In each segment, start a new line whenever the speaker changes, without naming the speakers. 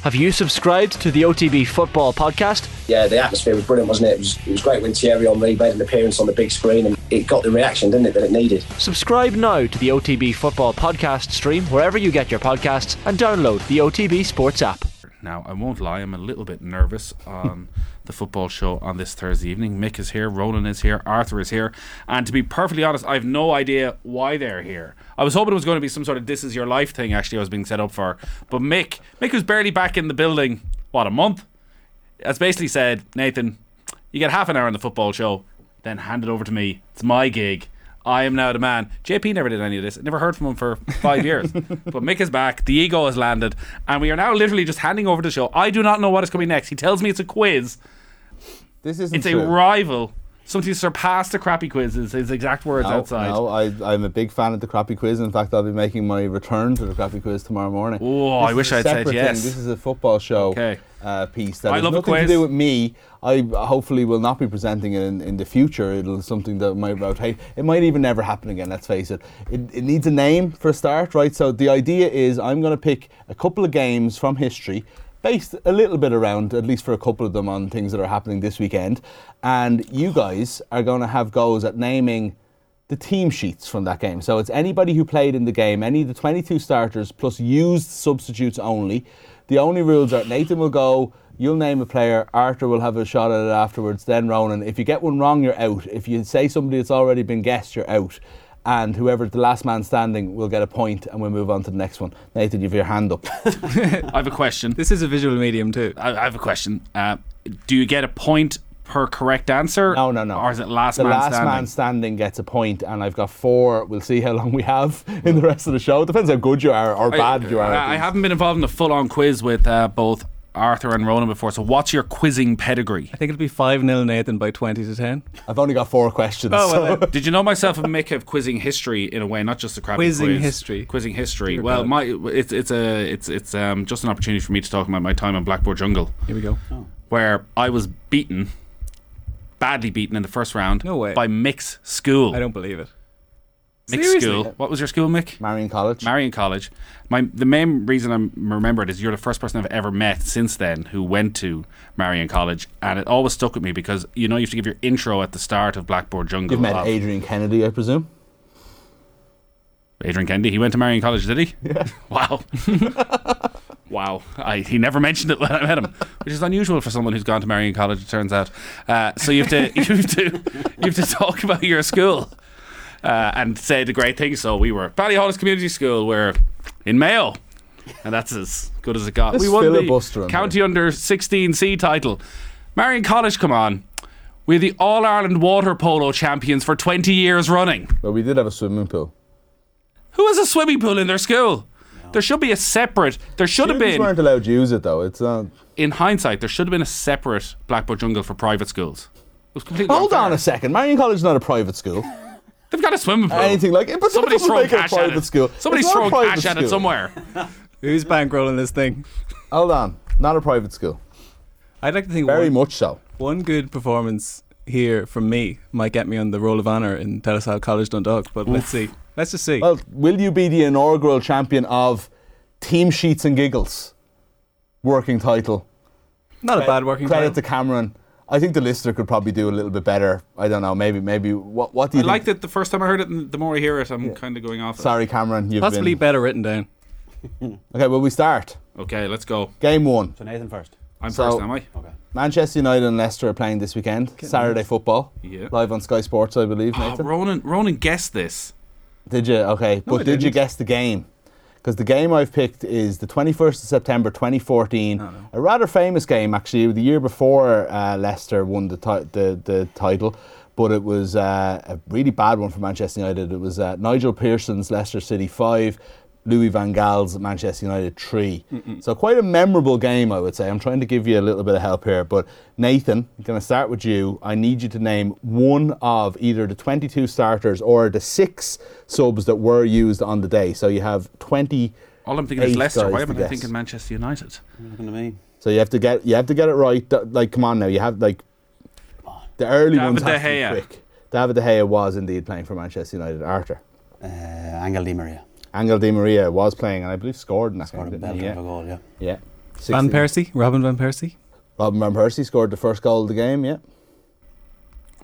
Have you subscribed to the OTB Football Podcast?
Yeah, the atmosphere was brilliant, wasn't it? It was, it was great when Thierry Henry made an appearance on the big screen and it got the reaction, didn't it, that it needed?
Subscribe now to the OTB Football Podcast stream wherever you get your podcasts and download the OTB Sports app.
Now, I won't lie, I'm a little bit nervous on the football show on this Thursday evening. Mick is here, Roland is here, Arthur is here, and to be perfectly honest, I have no idea why they're here. I was hoping it was going to be some sort of "This Is Your Life" thing. Actually, I was being set up for, but Mick, Mick was barely back in the building. What a month! That's basically said, Nathan. You get half an hour on the football show, then hand it over to me. It's my gig. I am now the man. JP never did any of this. Never heard from him for five years. but Mick is back. The ego has landed. And we are now literally just handing over the show. I do not know what is coming next. He tells me it's a quiz.
This isn't
It's a
true.
rival. Something surpassed the crappy quizzes. His exact words
No,
outside.
no, I, I'm a big fan of the crappy quiz. In fact, I'll be making my return to the crappy quiz tomorrow morning.
Oh,
This
I
is
wish
a
I'd said
separate
yes.
Thing. This is a football show
Okay.
uh, piece that
I
has
love a
nothing
quiz.
to do with me. I hopefully will not be presenting it in, in the future. It'll something that might rotate. It might even never happen again. Let's face it. It, it needs a name for a start, right? So the idea is I'm going to pick a couple of games from history. Based a little bit around, at least for a couple of them, on things that are happening this weekend. And you guys are going to have goals at naming the team sheets from that game. So it's anybody who played in the game, any of the 22 starters plus used substitutes only. The only rules are Nathan will go, you'll name a player, Arthur will have a shot at it afterwards, then Ronan. If you get one wrong, you're out. If you say somebody that's already been guessed, you're out. And whoever the last man standing will get a point, and we'll move on to the next one. Nathan, you've your hand up.
I have a question.
This is a visual medium too.
I, I have a question. Uh, do you get a point per correct answer?
No, no, no.
Or is it last
the
man
last
standing?
man standing gets a point, and I've got four. We'll see how long we have in the rest of the show. Depends how good you are or bad you are. at
I, I
these.
haven't been involved in a full-on quiz with uh, both Arthur and Ronan before. So, what's your quizzing pedigree?
I think it'll be 5 0 Nathan by 20 to 10.
I've only got four questions.
Oh,
so-
well, then.
Did you know myself and Mick have quizzing history in a way, not just the crappy
Quizzing
quiz.
history.
Quizzing history. Well, my it's it's a it's it's um, just an opportunity for me to talk about my time on Blackboard Jungle, Oh.
Here we go.
where I was beaten, badly beaten in the first round.
No way.
By Mick's school.
I don't believe it.
Mick's
Seriously?
school. What was your school, Mick?
Marion College.
Marion College. My the main reason I'm remembered is you're the first person I've ever met since then who went to Marion College, and it always stuck with me because you know you have to give your intro at the start of Blackboard Jungle.
You've met
of
Adrian Kennedy, I presume.
Adrian Kennedy. He went to Marion College, did he? Yeah. Wow. wow. I, he never mentioned it when I met him, which is unusual for someone who's gone to Marion College. It turns out. Uh, so you have to you have to you have to talk about your school uh, and say the great things. So we were Ballyhollis Community School. We're in Mayo. And that's as good as it got.
This
we won
filibuster
the
on
county under 16C title. Marion College, come on. We're the All Ireland water polo champions for 20 years running.
Well, we did have a swimming pool.
Who has a swimming pool in their school? There should be a separate. There should have
Students
been,
weren't allowed to use it though. It's uh, not.
in hindsight, there should have been a separate Blackboard Jungle for private schools. It was completely
Hold on
unfair.
a second. Marion College is not a private school.
They've got a swimming pool.
Anything like it, but
Somebody's
somebody's
throwing
make it a
cash at
private
it.
school.
Somebody's
It's not a
throwing
private
cash at it
school.
somewhere.
Who's bankrolling this thing?
Hold on. Not a private school.
I'd like to think
Very
one,
much so.
one good performance here from me might get me on the roll of honour in Telesal College Dundalk, but let's see. Let's just see.
Well, will you be the inaugural champion of Team Sheets and Giggles? Working title.
Not a bad working
Credit
title.
to Cameron. I think the listener could probably do a little bit better. I don't know. Maybe, maybe. What, what do
I
you
liked
think?
it the first time I heard it, and the more I hear it, I'm kind of going off. it.
Sorry, Cameron. You've
Possibly
been.
better written down.
Okay, well, we start.
Okay, let's go.
Game one.
So Nathan first.
I'm
So-
first, am I?
Manchester United and Leicester are playing this weekend. Saturday football.
Yeah.
Live on Sky Sports, I believe,
Oh,
Nathan.
Ronan, Ronan guessed this.
did you? Okay. but
I
did you
didn't.
guess the game? Because the game I've picked is the 21st of September 2014. A rather famous game, actually, the year before uh, Leicester won the, ti- the, the title. But it was uh, a really bad one for Manchester United. It was uh, Nigel Pearson's Leicester City 5, Louis Van Gaal's Manchester United 3. So, quite a memorable game, I would say. I'm trying to give you a little bit of help here. But, Nathan, I'm going to start with you. I need you to name one of either the 22 starters or the six subs that were used on the day. So, you have 20.
All I'm thinking is
Eight
Leicester.
guys
Why am
to
I
guess.
thinking Manchester United?
Looking at me.
So you have to get you have to get it right. Th- Like, come on now, you have like the early
David
ones
De
have
Gea.
to be quick. David De Gea was indeed playing for Manchester United. Arthur
Uh, Angel Di Maria.
Angel Di Maria was playing, and I believe scored in that
Or a
game. didn't
belter
he?
of
Yeah.
a goal, yeah.
yeah. 16.
Van Persie, Robin Van Persie.
Robin Van Persie scored the first goal of the game, yeah.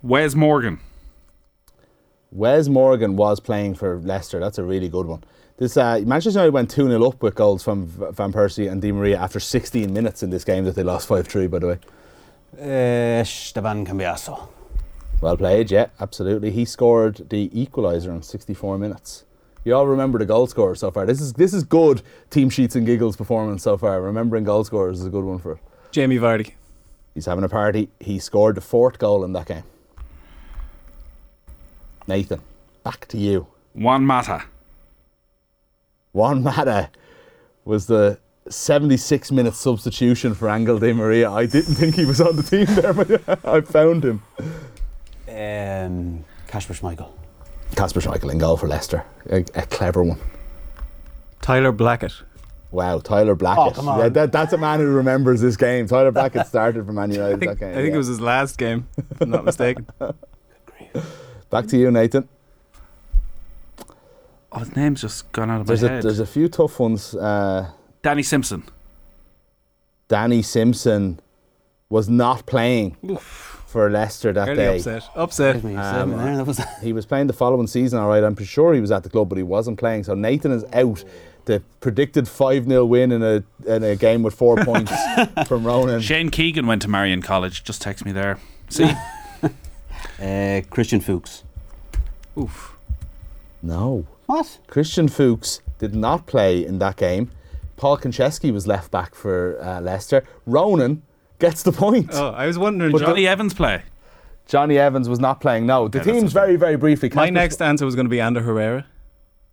Wes Morgan.
Wes Morgan was playing for Leicester. That's a really good one. This uh, Manchester United went 2 0 up with goals from V- Van Persie and Di Maria after 16 minutes in this game that they lost 5 3, by the way.
Uh, Esteban Cambiaso.
Well played, yeah, absolutely. He scored the equaliser in 64 minutes. You all remember the goal scorer so far. This is this is good team sheets and giggles performance so far. Remembering goal scorers is a good one for.
Jamie Vardy.
He's having a party. He scored the fourth goal in that game. Nathan, back to you.
Juan Mata.
Juan Mata was the 76 minute substitution for Angel Di Maria. I didn't think he was on the team there, but I found him.
Um, Kasper Schmeichel.
Casper Schmeichel in goal for Leicester. A, a clever one.
Tyler Blackett.
Wow, Tyler Blackett.
Oh, come on.
Yeah, that, that's a man who remembers this game. Tyler Blackett started for Man United
I think,
that game.
I think
yeah.
it was his last game, if I'm not mistaken.
Back to you, Nathan.
Oh, his name's just gone out of
There's
my
a,
head.
there's a few tough ones. Uh,
Danny Simpson.
Danny Simpson was not playing for Leicester that
Fairly
day.
upset. Upset.
Excuse me, you said
Um,
it there, that was-
He was playing the following season, all right. I'm pretty sure he was at the club, but he wasn't playing. So Nathan is out. The predicted 5 0 win in a, in a game with four points from Ronan.
Shane Keegan went to Marion College. Just text me there. See?
Uh, Christian Fuchs.
Oof.
No.
What?
Christian Fuchs did not play in that game. Paul Konchesky was left back for uh, Leicester. Ronan gets the point.
Oh, I was wondering.
Would
John-
Johnny Evans play?
Johnny Evans was not playing. No, the
Yeah, that's
team's
okay.
very, very briefly.
my
Kasper-
next answer was going to be Ander Herrera.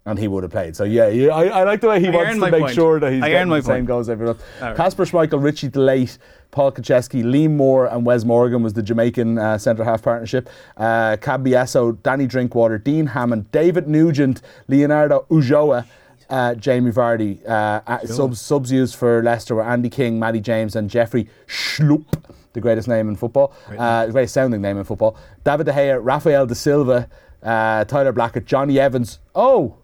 and he would have played. So yeah, yeah I, I like the way he
I
wants
earned
to
my
make
point.
sure that he's
I
getting
earned
the
my
same
point.
goals every month.
All right.
Casper Schmeichel, Richie DeLate, Paul Kaczewski, Lee Moore, and Wes Morgan was the Jamaican uh, centre half partnership. Uh, Cabiasso, Danny Drinkwater, Dean Hammond, David Nugent, Leonardo Ujoa. Uh, Jamie Vardy uh, uh, subs, subs used for Leicester were Andy King, Matty James, and Jeffrey Schlupp, the greatest name in football, uh, the greatest sounding name in football. David De Gea, Rafael da Silva, uh, Tyler Blackett, Johnny Evans. Oh,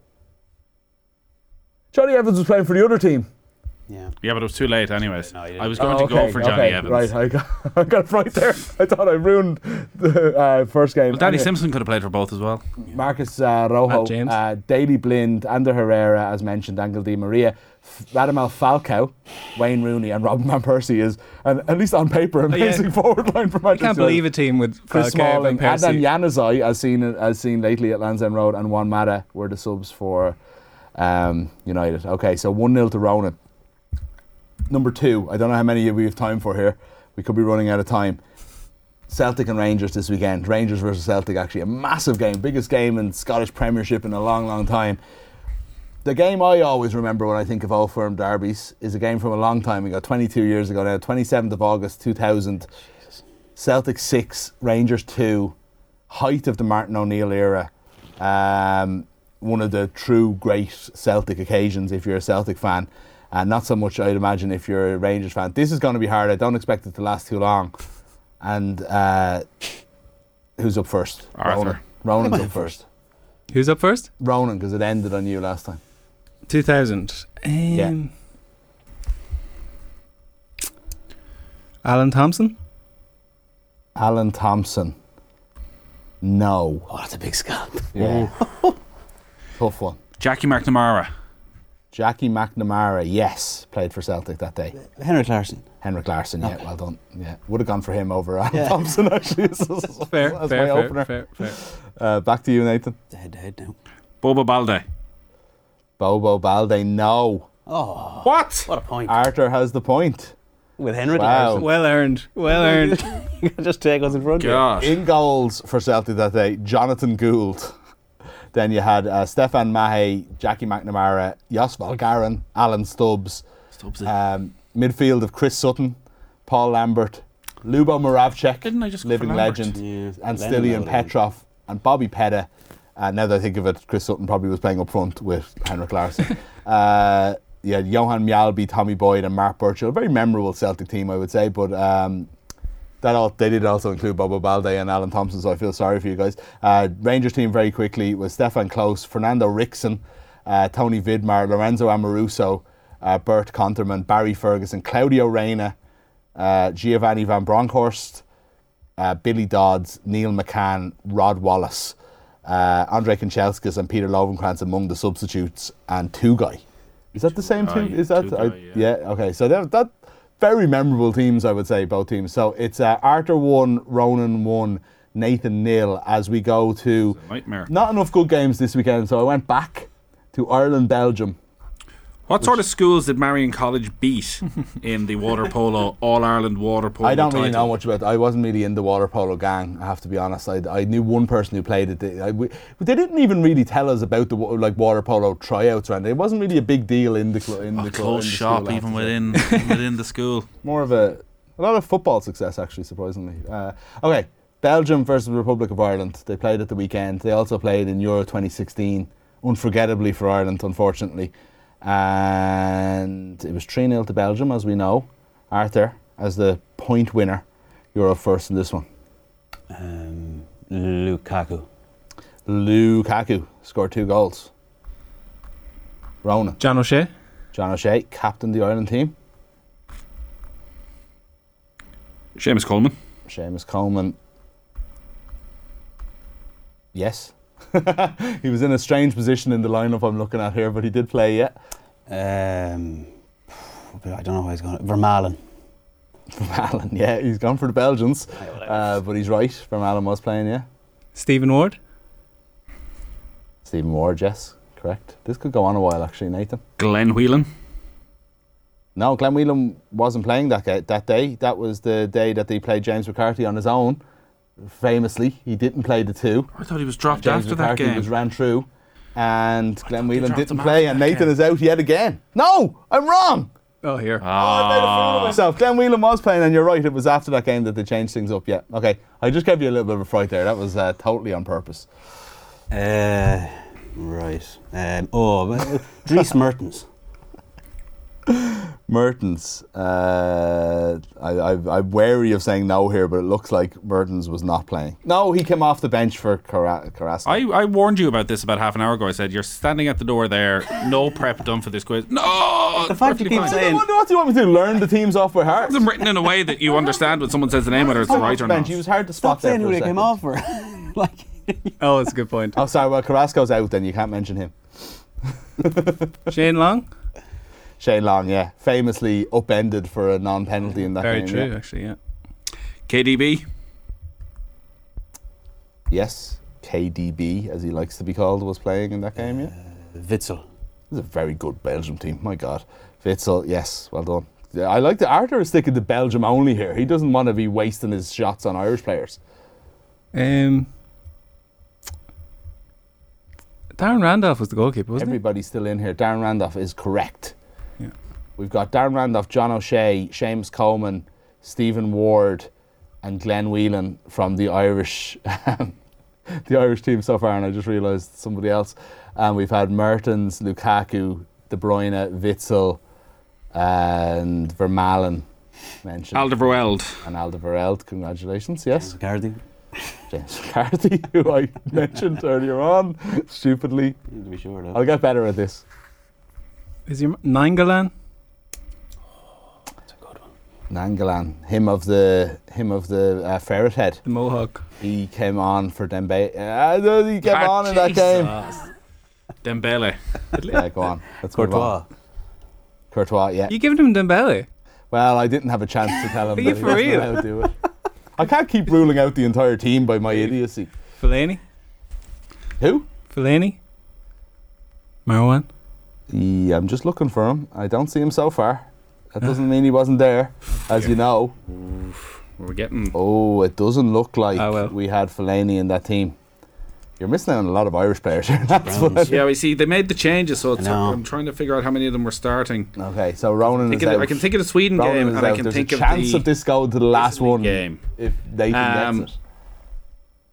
Johnny Evans was playing for the other team. Oh,
Yeah.
Yeah, but it was too late, anyways.
No, you didn't.
I was going to go for Johnny Evans.
Right, I got, I got it right there. I thought I ruined the uh, first game.
Well, Danny
Anyway,
Simpson could have played for both as well.
Marcus uh, Rojo,
Matt James.
uh, Daily Blind, Ander Herrera, as mentioned, Angel Di Maria, F- Radamel Falcao, Wayne Rooney, and Robin Van Persie is, and at least on paper,
Oh, yeah.
amazing forward line for
I
Manchester.
can't believe a team with
Chris
Falcao
Smalling,
and
Adam
Persie.
Yanazai, as seen as seen lately at Lansdowne Road, and Juan Mata were the subs for um, United. Okay, so one 0 to Ronan. Number two, I don't know how many we have time for here. We could be running out of time. Celtic and Rangers this weekend. Rangers versus Celtic, actually a massive game, biggest game in Scottish Premiership in a long, long time. The game I always remember when I think of Old Firm derbies is a game from a long time ago, 22 years ago now, 27th of August 2000. Celtic 6, Rangers 2, height of the Martin O'Neill era. Um, one of the true great Celtic occasions if you're a Celtic fan. And not so much, I'd imagine, if you're a Rangers fan. This is going to be hard. I don't expect it to last too long. And uh, who's up first?
Arthur.
Ronan. Ronan's up first.
Who's up first?
Ronan, because it ended on you last time.
2000. Um, Alan Thompson?
Alan Thompson. No.
Oh, that's a big scalp.
Yeah. Tough one.
Jackie McNamara.
Jackie McNamara, yes, played for Celtic that day.
Henrik Larsson.
Henrik Larsson, yeah,
Okay.
well done. Yeah, would have gone for him over Alan
Yeah.
Thompson actually. This is-
Oh, Fair,
that's
fair,
my
fair,
opener.
fair, fair.
Uh, back to you, Nathan.
It's a head to head now.
Bobo Balde.
Bobo Balde, no.
Oh,
What?
what a point.
Arthur has the point.
With Henrik
Wow.
Larsson.
Well earned. Well earned.
Just take us in front of
Gosh.
In goals for Celtic that day, Jonathan Gould. Then you had uh, Stefan Mahe, Jackie McNamara, Jos Valgarin, Alan Stubbs.
Stubbs it.
Um, midfield of Chris Sutton, Paul Lambert, Lubo Moravcek,
Didn't I just go for
living
Lambert?
legend,
Yeah,
and
Lennon, I
Stilian
would have-
Petrov, and Bobby Petta. Uh, now that I think of it, Chris Sutton probably was playing up front with Henrik Larsson. uh, yeah, Johan Mjalby, Tommy Boyd, and Mark Burchell. A very memorable Celtic team, I would say, but. Um, that all, they did also include Bobo Balde and Alan Thompson, so I feel sorry for you guys. Uh, Rangers team very quickly was Stefan Close, Fernando Rixon, uh, Tony Vidmar, Lorenzo Amoruso, uh, Bert Conterman, Barry Ferguson, Claudio Reyna, uh, Giovanni Van Bronckhorst, uh, Billy Dodds, Neil McCann, Rod Wallace, uh, Andre Kanchelskis, and Peter Lovenkrantz among the substitutes, and two guy. Is that the same two?
Tugai,
Is that
Tugai,
I-
yeah.
Okay, so that, that very memorable teams, I would say, both teams. So it's uh, Arthur one, Ronan one, Nathan nil. As we go to
Nightmare.
not enough good games this weekend, so I went back to Ireland, Belgium.
What sort of schools did Marion College beat in the water polo All Ireland water polo?
I don't really
title?
know much about. I wasn't really in the water polo gang. I have to be honest. I, I knew one person who played it. They, I, we, but they didn't even really tell us about the wa- like water polo tryouts or anything. It wasn't really a big deal in the club. In
A
the cl-
Oh, close
in the
shop,
school, I have
even
to say.
within within the school.
more of a a lot of football success actually surprisingly uh, okay belgium versus the republic of ireland they played at the weekend they also played in euro 2016 unforgettably for ireland unfortunately and it was 3-0 to belgium as we know arthur as the point winner you're up first in this one
Um, Lukaku.
lukaku scored two goals ronan
John O'Shea.
john o'shea captained the ireland team
Seamus Coleman.
Seamus Coleman. Yes. he was in a strange position in the lineup I'm looking at here, but he did play, yeah.
Um, I don't know where he's going. Vermaelen.
From Alan, yeah. He's gone for the Belgians. Uh, but he's right. From Alan was playing, yeah.
Stephen Ward.
Stephen Ward, yes. Correct. This could go on a while, actually, Nathan.
Glenn Whelan.
No, Glenn Whelan wasn't playing that, ga- that day. That was the day that they played James McCarthy on his own. Famously, he didn't play the two.
I thought he was dropped
James
after that
McCarthy
game.
was ran through, and Glenn
they
Whelan
dropped
didn't
him
play,
after
and
that
Nathan
game.
is out yet again. No, I'm wrong.
Oh, here.
Oh,
Ah,
I made a fool of myself. Glenn Whelan was playing, and you're right. It was after that game that they changed things up. Yeah, okay. I just gave you a little bit of a fright there. That was uh, totally on purpose.
Uh, right. Um, oh, well, Dries Mertens.
Mertens, uh, I, I, I'm wary of saying no here, but it looks like Mertens was not playing. No, he came off the bench for Cara- Carrasco.
I, I warned you about this about half an hour ago. I said you're standing at the door there, no prep done for this quiz. No, the
fact you keep saying-
what, what do you want me to do? Learn the teams off by heart?
them written in a way that you understand when someone says the name, whether it's the
Off
right
the
or
bench.
not.
He was hard to
Stop
spot there
saying
for
who
a
they
second.
came off for. like,
Oh, that's a good point.
Oh, sorry. Well, Carrasco's out. Then you can't mention him.
Shane Long.
Shane Long, yeah, famously upended for a non-penalty in that
Very
game.
true,
yeah.
actually. Yeah.
KDB.
Yes, KDB, as he likes to be called, was playing in that game. Yeah,
Witzel.
this is a very good Belgium team. My God, Witzel, yes, well done. Yeah, I like that Arthur is sticking to Belgium only here. He doesn't want to be wasting his shots on Irish players.
Um, Darren Randolph was the goalkeeper, wasn't
Everybody's still in here. Darren Randolph is correct.
Yeah.
We've got Darren Randolph, John O'Shea, Seamus Coleman, Stephen Ward, and Glenn Whelan from the Irish, um, the Irish team so far. And I just realised somebody else. And we've had Mertens, Lukaku, De Bruyne, Witzel, and Vermaelen mentioned,
Alderweireld.
and Alderweireld. Congratulations! Yes.
Guardi.
James McCarthy, who I mentioned earlier on, stupidly.
To be sure, though.
I'll get better at this.
it? Is your Nangalan?
That's a good one.
Nangalan, him of the him of the uh, ferret head.
The Mohawk.
He came on for Dembe. Uh, no, he came
Ah,
on in that game.
game. Dembele.
Yeah, go on. Let's move
Courtois.
on. Courtois, yeah.
You giving him Dembele?
Well, I didn't have a chance to tell him.
Are you
that he
for
wasn't
real?
allowed to do it. I can't keep ruling out the entire team by my idiocy.
Fellaini?
Who?
Fellaini? Marwan?
He, I'm just looking for him. I don't see him so far. That doesn't mean he wasn't there, as you know.
We're getting.
Oh, it doesn't look like
Ah, well.
we had Fellaini in that team. You're missing out on a lot of Irish players. here. That's what I-
Yeah, we see they made the changes, so it's,
I know.
I'm trying to figure out how many of them were starting.
Okay, so Ronan
Thinking-
is out.
I can think of the Sweden
Ronan
game,
is
and I
out.
can
There's
think
a
of
chance
the
of this going to the last
Italy
one
game.
if Nathan
Um,
gets it.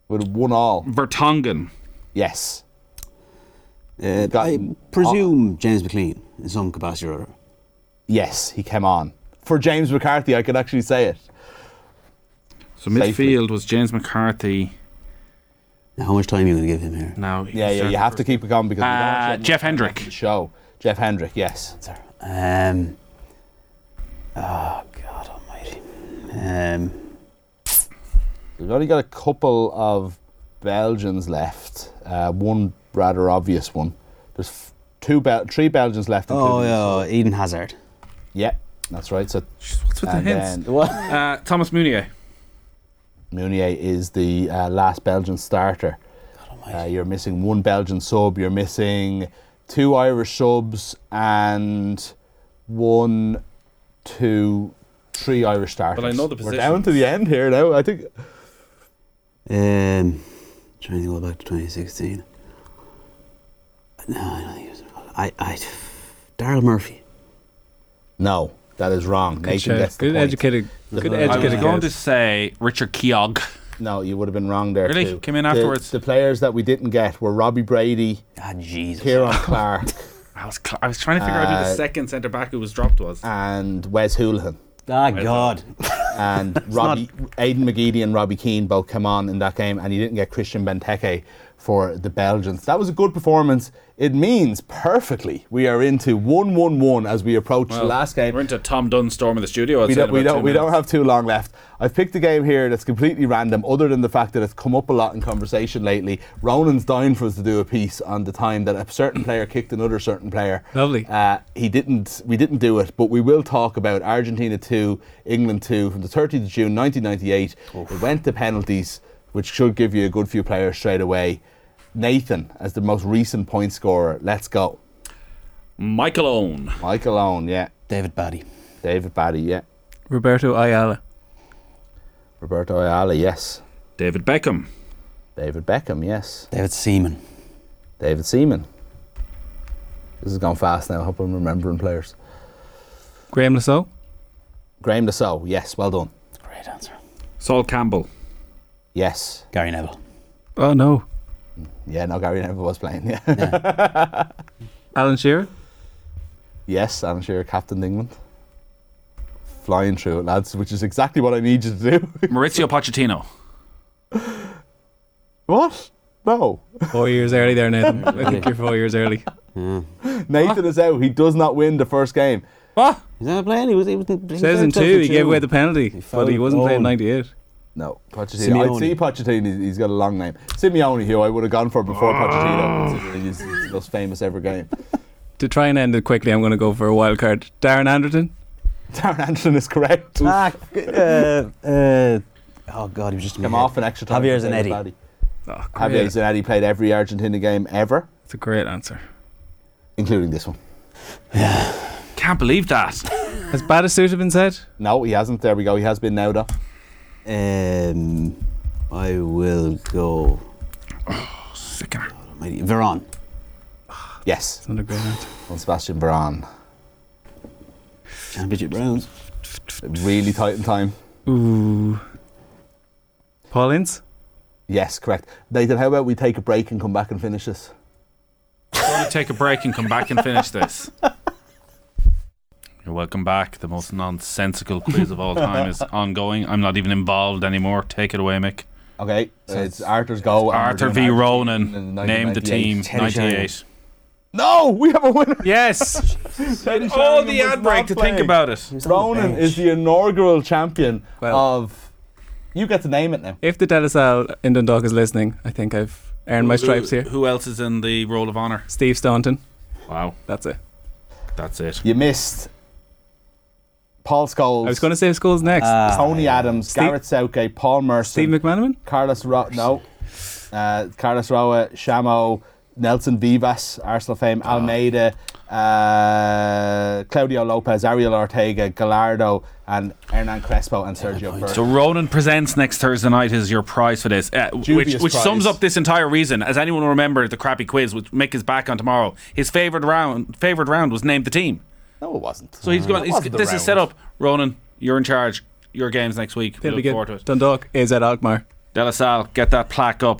With one all,
Vertonghen.
yes.
Uh,
Got-
I presume James McLean in some capacity or other.
Yes, he came on. For James McCarthy, I could actually say it.
So
Safely.
midfield was James McCarthy.
Now, how much time are you going to give him here?
Now, he
Yeah,
was
yeah, you
there
have to keep it going because we don't
Uh,
want to
Jeff
end
Hendrick.
the show. Jeff Hendrick, yes.
Sir, Um, oh God Almighty. Um,
We've only got a couple of Belgians left. Uh, one rather obvious one. There's f- two, Bel- three Belgians left.
oh
including-
yeah, Eden Hazard.
yeah, that's right. So
Jeez, What's with the
and
hints?
then well,
Uh, Thomas Munier.
Meunier is the uh, last Belgian starter. Uh, you're missing one Belgian sub. You're missing two Irish subs and one, two, three Irish starters.
know the
We're down to the end here now. I think
Um, trying to go back to 2016. No, I don't think it was. I, I, Daryl Murphy.
no, that is wrong.
Good
Nathan
shout.
gets the
Good
point.
educated.
The
Good
point.
I was
educated.
going to
guess.
say Richard Keogh.
No, you would have been wrong there.
Really?
Too.
Came in
The-
afterwards?
The, players that we didn't get were Robbie Brady,
Ah, Jesus.
Kieran Clark,
I was cl- I was trying to figure out who the
Uh,
second centre back who was dropped was.
and Wes Houlihan.
Ah, God.
And Robbie, Aidan McGeady and Robbie Keane both came on in that game, and you didn't get Christian Benteke for the Belgians. That was a good performance. It means perfectly we are into 1 1 1 as we approach the last game.
We're into Tom Dunn's storm in the studio. I'd
we
say
don't,
in
we,
about two
don't, we don't
minutes.
have too long left. I've picked a game here that's completely random, other than the fact that it's come up a lot in conversation lately. Ronan's dying for us to do a piece on the time that a certain player kicked another certain player.
Lovely.
Uh, he didn't. We didn't do it, but we will talk about Argentina two, England two, from the 30th of June 1998. It went to penalties, which should give you a good few players straight away. Nathan, as the most recent point scorer, let's go.
Michael Owen.
Michael Owen, yeah.
David Batty.
David Batty, yeah.
Roberto Ayala.
Roberto Ayala, yes.
David Beckham.
David Beckham, yes.
David Seaman.
David Seaman. This has gone fast now. I hope I'm remembering players.
Graham Lasso.
Graham Lasso, yes, well done.
Great answer.
Saul Campbell.
Yes.
Gary Neville.
Oh no.
Yeah, no, Gary never was playing. Yeah.
Alan Shearer.
yes, Alan Shearer, captain England. Flying through it, lads, which is exactly what I need you to do.
Maurizio Pochettino.
what? No.
Four years early there, Nathan. I think you're four years early.
Nathan is out. He does not win the first game.
What?
He's not playing. He was. He was. he was
Says in
himself
two, he gave away the penalty, but he
fouled
wasn't playing
Owen.
98.
No, Pochettino.
Simeone.
I'd see Pochettino. He's got a long name. Simeone, who I would have gone for before Pochettino, considering he's he's the most famous ever game.
To try and end it quickly, I'm going to go for a wild card. Darren Anderton.
Darren Anderson is correct.
Ah, g- uh, uh, oh God, he was just in my
Come
head.
off an extra time.
Javier
for David
Zanetti.
Vardy.
Oh,
Javier
great.
Zanetti played every Argentina game ever,
It's a great answer.
including this one.
Can't believe that.
Has Batasuta been said?
No, he hasn't. There we go. He has been now, though.
Um, I will go.
Oh,
Sickener.
Almighty. Veron.
Yes,
It's not a great answer.
on Sebastian Varane.
Championship rounds.
Really tight in time.
Ooh. Paul Ince?
Yes, correct. Nathan, how about we take a break and come back and finish this?
We'll take a break and come back and finish this. You're welcome back. The most nonsensical quiz of all time is ongoing. I'm not even involved anymore. Take it away, Mick.
Okay, it's Arthur's go. and
Arthur
we're
v.
doing Ar-
Ronan.
in
Name the
1998.
team.
Teddy Sheringham.
98.
No, we have a winner.
Yes!
Teddy
Oh,
Sheringham
the
was
ad
not
break to
playing.
think about it.
He was on the
Ronan
bench.
is the inaugural champion
Well-
of. You get to name it now.
if the Delisle in Dundalk is listening, I think I've earned my stripes here.
Who else is in the roll of honour?
Steve Staunton.
Wow,
That's it.
that's it.
You missed. Paul Scholes.
I was going to say schools next.
Uh,
Tony Adams,
Steve-
Garrett Southgate, Paul Mercer,
Steve McManaman?
Carlos Ro- no, uh, Carlos Roa, Shamo, Nelson Vivas, Arsenal fame,
Ah.
Almeida, uh, Claudio Lopez, Ariel Ortega, Gallardo, and Hernan Crespo and Sergio
So
Burke.
Ronan presents next Thursday night is your prize for this, uh, which
Dubious
which sums
prize.
up this entire reason. As anyone will remember, the crappy quiz, which Mick is back on tomorrow. His favorite round, favorite round was name the team.
No, it wasn't.
So he's going.
Mm. That
He's,
wasn't the
this is set
round.
up. Ronan, you're in charge. Your games next week. We
It'll be
look forward to
good.
it.
Dundalk is at Alkmaar.
De La Salle, get that plaque up.